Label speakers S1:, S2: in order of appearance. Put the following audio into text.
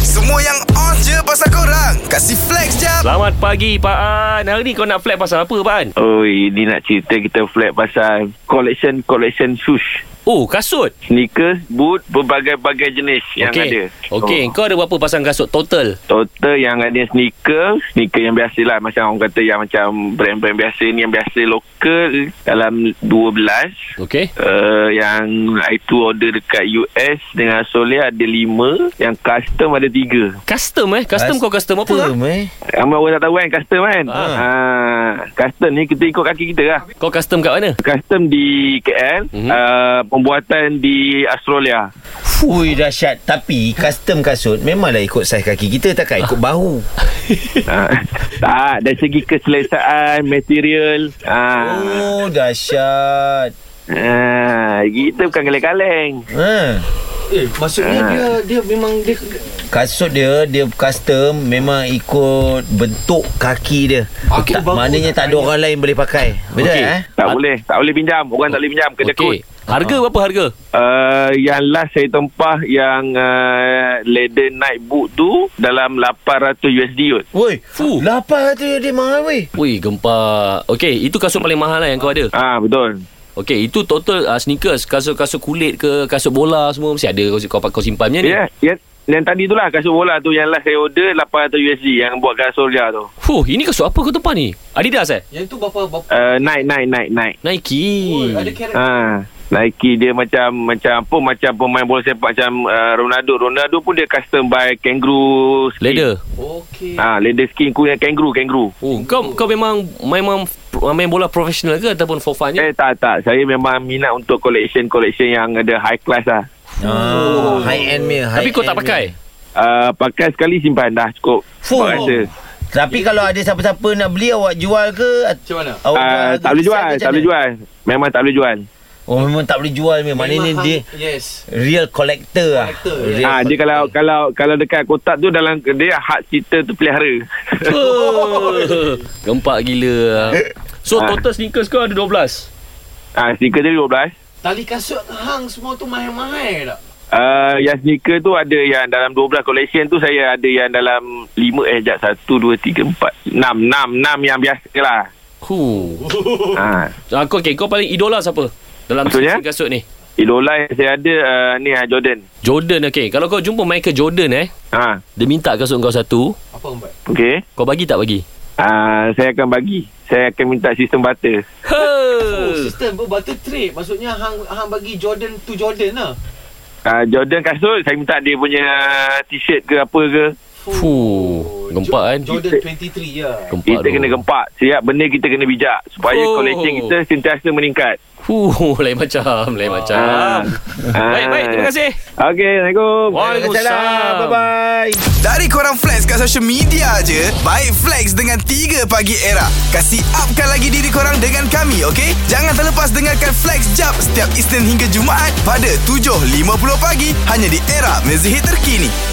S1: Semua yang on je pasal korang Kasih flex jap
S2: Selamat pagi Pak An Hari ni kau nak flat pasal apa Pak An?
S3: Oh, ini nak cerita kita flat pasal collection-collection shoes.
S2: Oh kasut
S3: Sneakers, boot, berbagai-bagai jenis okay. yang
S2: Okey.
S3: ada.
S2: Okey
S3: Oh.
S2: kau ada berapa pasang kasut total?
S3: Total yang ada sneaker, sneaker yang biasa lah. Macam orang kata yang macam brand-brand biasa ni, yang biasa lokal dalam 12.
S2: Okey
S3: Uh, yang itu order dekat US dengan Australia ada 5 Yang custom ada 3
S2: Custom eh Custom kau custom apa? Ha?
S1: eh
S3: Ramai orang tak tahu kan custom kan
S2: Ah.
S3: ha. Custom ni kita ikut kaki kita lah
S2: Kau custom kat mana?
S3: Custom di KL
S2: Mhm.
S3: mm-hmm. uh, Pembuatan di Australia
S1: Fui dahsyat Tapi custom kasut Memanglah ikut saiz kaki kita Takkan ikut bahu
S3: Ah, tak, dari segi keselesaan, material. Ah,
S1: Oh dahsyat
S3: ah, kita bukan kaleng-kaleng.
S1: Ha. Ah.
S4: Eh, maksudnya dia dia memang dia
S1: Kasut dia Dia custom Memang ikut Bentuk kaki dia
S4: Aku
S1: tak,
S4: baru
S1: Maknanya
S4: nak
S1: tak ada
S4: tanya.
S1: orang lain boleh pakai Betul
S2: Okey.
S1: okay. eh
S3: Tak
S2: Ah.
S3: boleh, tak boleh pinjam. Orang tak boleh pinjam kena okay.
S2: Okey Harga
S4: Ah.
S2: berapa harga?
S3: Uh, yang last saya tempah yang uh, leather night boot tu dalam 800 USD kot.
S2: Oh.
S1: Woi
S2: Fuh.
S1: Lapar tu dia mahal weh
S2: Wih gempa Okey itu kasut paling mahal lah yang kau ada
S3: Ah betul.
S2: Okey itu total uh, sneakers Kasut-kasut kulit ke Kasut bola semua Mesti ada kau, kau, kau simpan punya ni
S3: Ya, yeah, yeah. yang tadi tu lah kasut bola tu yang last saya order 800 USD yang buat kat Solia tu.
S2: Fuh ini kasut apa kau tempah ni? Adidas eh?
S4: yang tu bapa bapa
S3: Uh, night night night night.
S2: Nike
S4: Ya. Oi, ada karat.
S3: Ha, Nike dia macam macam apa macam pemain bola sepak macam uh, Ronaldo. Ronaldo pun dia custom by kangaroo skin.
S2: Leather
S4: Okey.
S3: Ah, leather skin kuning kangaroo kangaroo.
S2: Oh, kau kau memang memang main bola profesional ke ataupun for fun je?
S3: Eh tak tak, saya memang minat untuk collection collection yang ada high class lah.
S1: ah, High end punya
S2: Tapi
S1: high
S2: kau tak
S1: end punya.
S2: pakai.
S3: Uh, pakai sekali simpan dah cukup.
S1: Fuh.
S3: Awak rasa.
S1: Tapi kalau ada siapa-siapa nak beli awak jual ke? At-
S4: Macam mana?
S1: Awak
S3: Uh,
S1: ke
S3: tak boleh
S1: design
S3: jual,
S1: ke Oh, macam
S3: tak boleh
S1: mana?
S3: jual. Memang tak boleh jual.
S1: Oh memang tak boleh jual memang. Maknanya Ah, ni
S4: Memang
S1: dia
S4: hang- Yes.
S1: real collector lah.
S4: Collector,
S1: Real
S3: Ah, dia
S1: collector.
S3: kalau kalau kalau dekat kotak tu dalam dia hak cita tu pelihara.
S2: Oh, Gempak gila. So
S3: Ah.
S2: total sneakers kau ada 12.
S3: ah, stiker dia 12.
S4: Tali kasut hang semua tu mahal-mahal tak?
S3: Uh, yang sneaker tu ada yang dalam 12 collection tu saya ada yang dalam 5 eh jap 1 2 3 4 6 6 6 yang biasa lah.
S2: Huh.
S3: ha.
S2: Ah, kau okay, kau paling idola siapa? Dalam
S3: Maksudnya?
S2: sisi kasut ni.
S3: Idola yang saya ada uh, ni ah Jordan.
S2: Jordan okay. Kalau kau jumpa Michael Jordan eh,
S3: Ha.
S2: dia minta kasut kau satu,
S4: Apa hang buat?
S3: Okey.
S2: kau bagi tak bagi?
S3: Uh, saya akan bagi. Saya akan minta sistem butter.
S2: Ha.
S4: Oh, sistem butter trade. Maksudnya hang hang bagi Jordan tu Jordan lah.
S3: Uh, Jordan kasut saya minta dia punya t-shirt ke apa ke.
S2: Fuh, gempak kan?
S4: Jordan 23 ya.
S2: Gempak.
S3: Kita kena gempak. Siap benda kita kena bijak supaya
S2: Oh.
S3: oh. collection kita sentiasa meningkat.
S2: Huh, lain macam, lain macam.
S3: Ah.
S2: Ah. Baik, baik, terima kasih.
S3: Ha. Okey, Assalamualaikum.
S2: Waalaikumsalam.
S1: Bye-bye.
S5: Dari korang flex kat social media je Baik flex dengan 3 pagi era Kasih upkan lagi diri korang dengan kami okay? Jangan terlepas dengarkan flex jap Setiap Isnin hingga Jumaat Pada 7.50 pagi Hanya di era mezihit terkini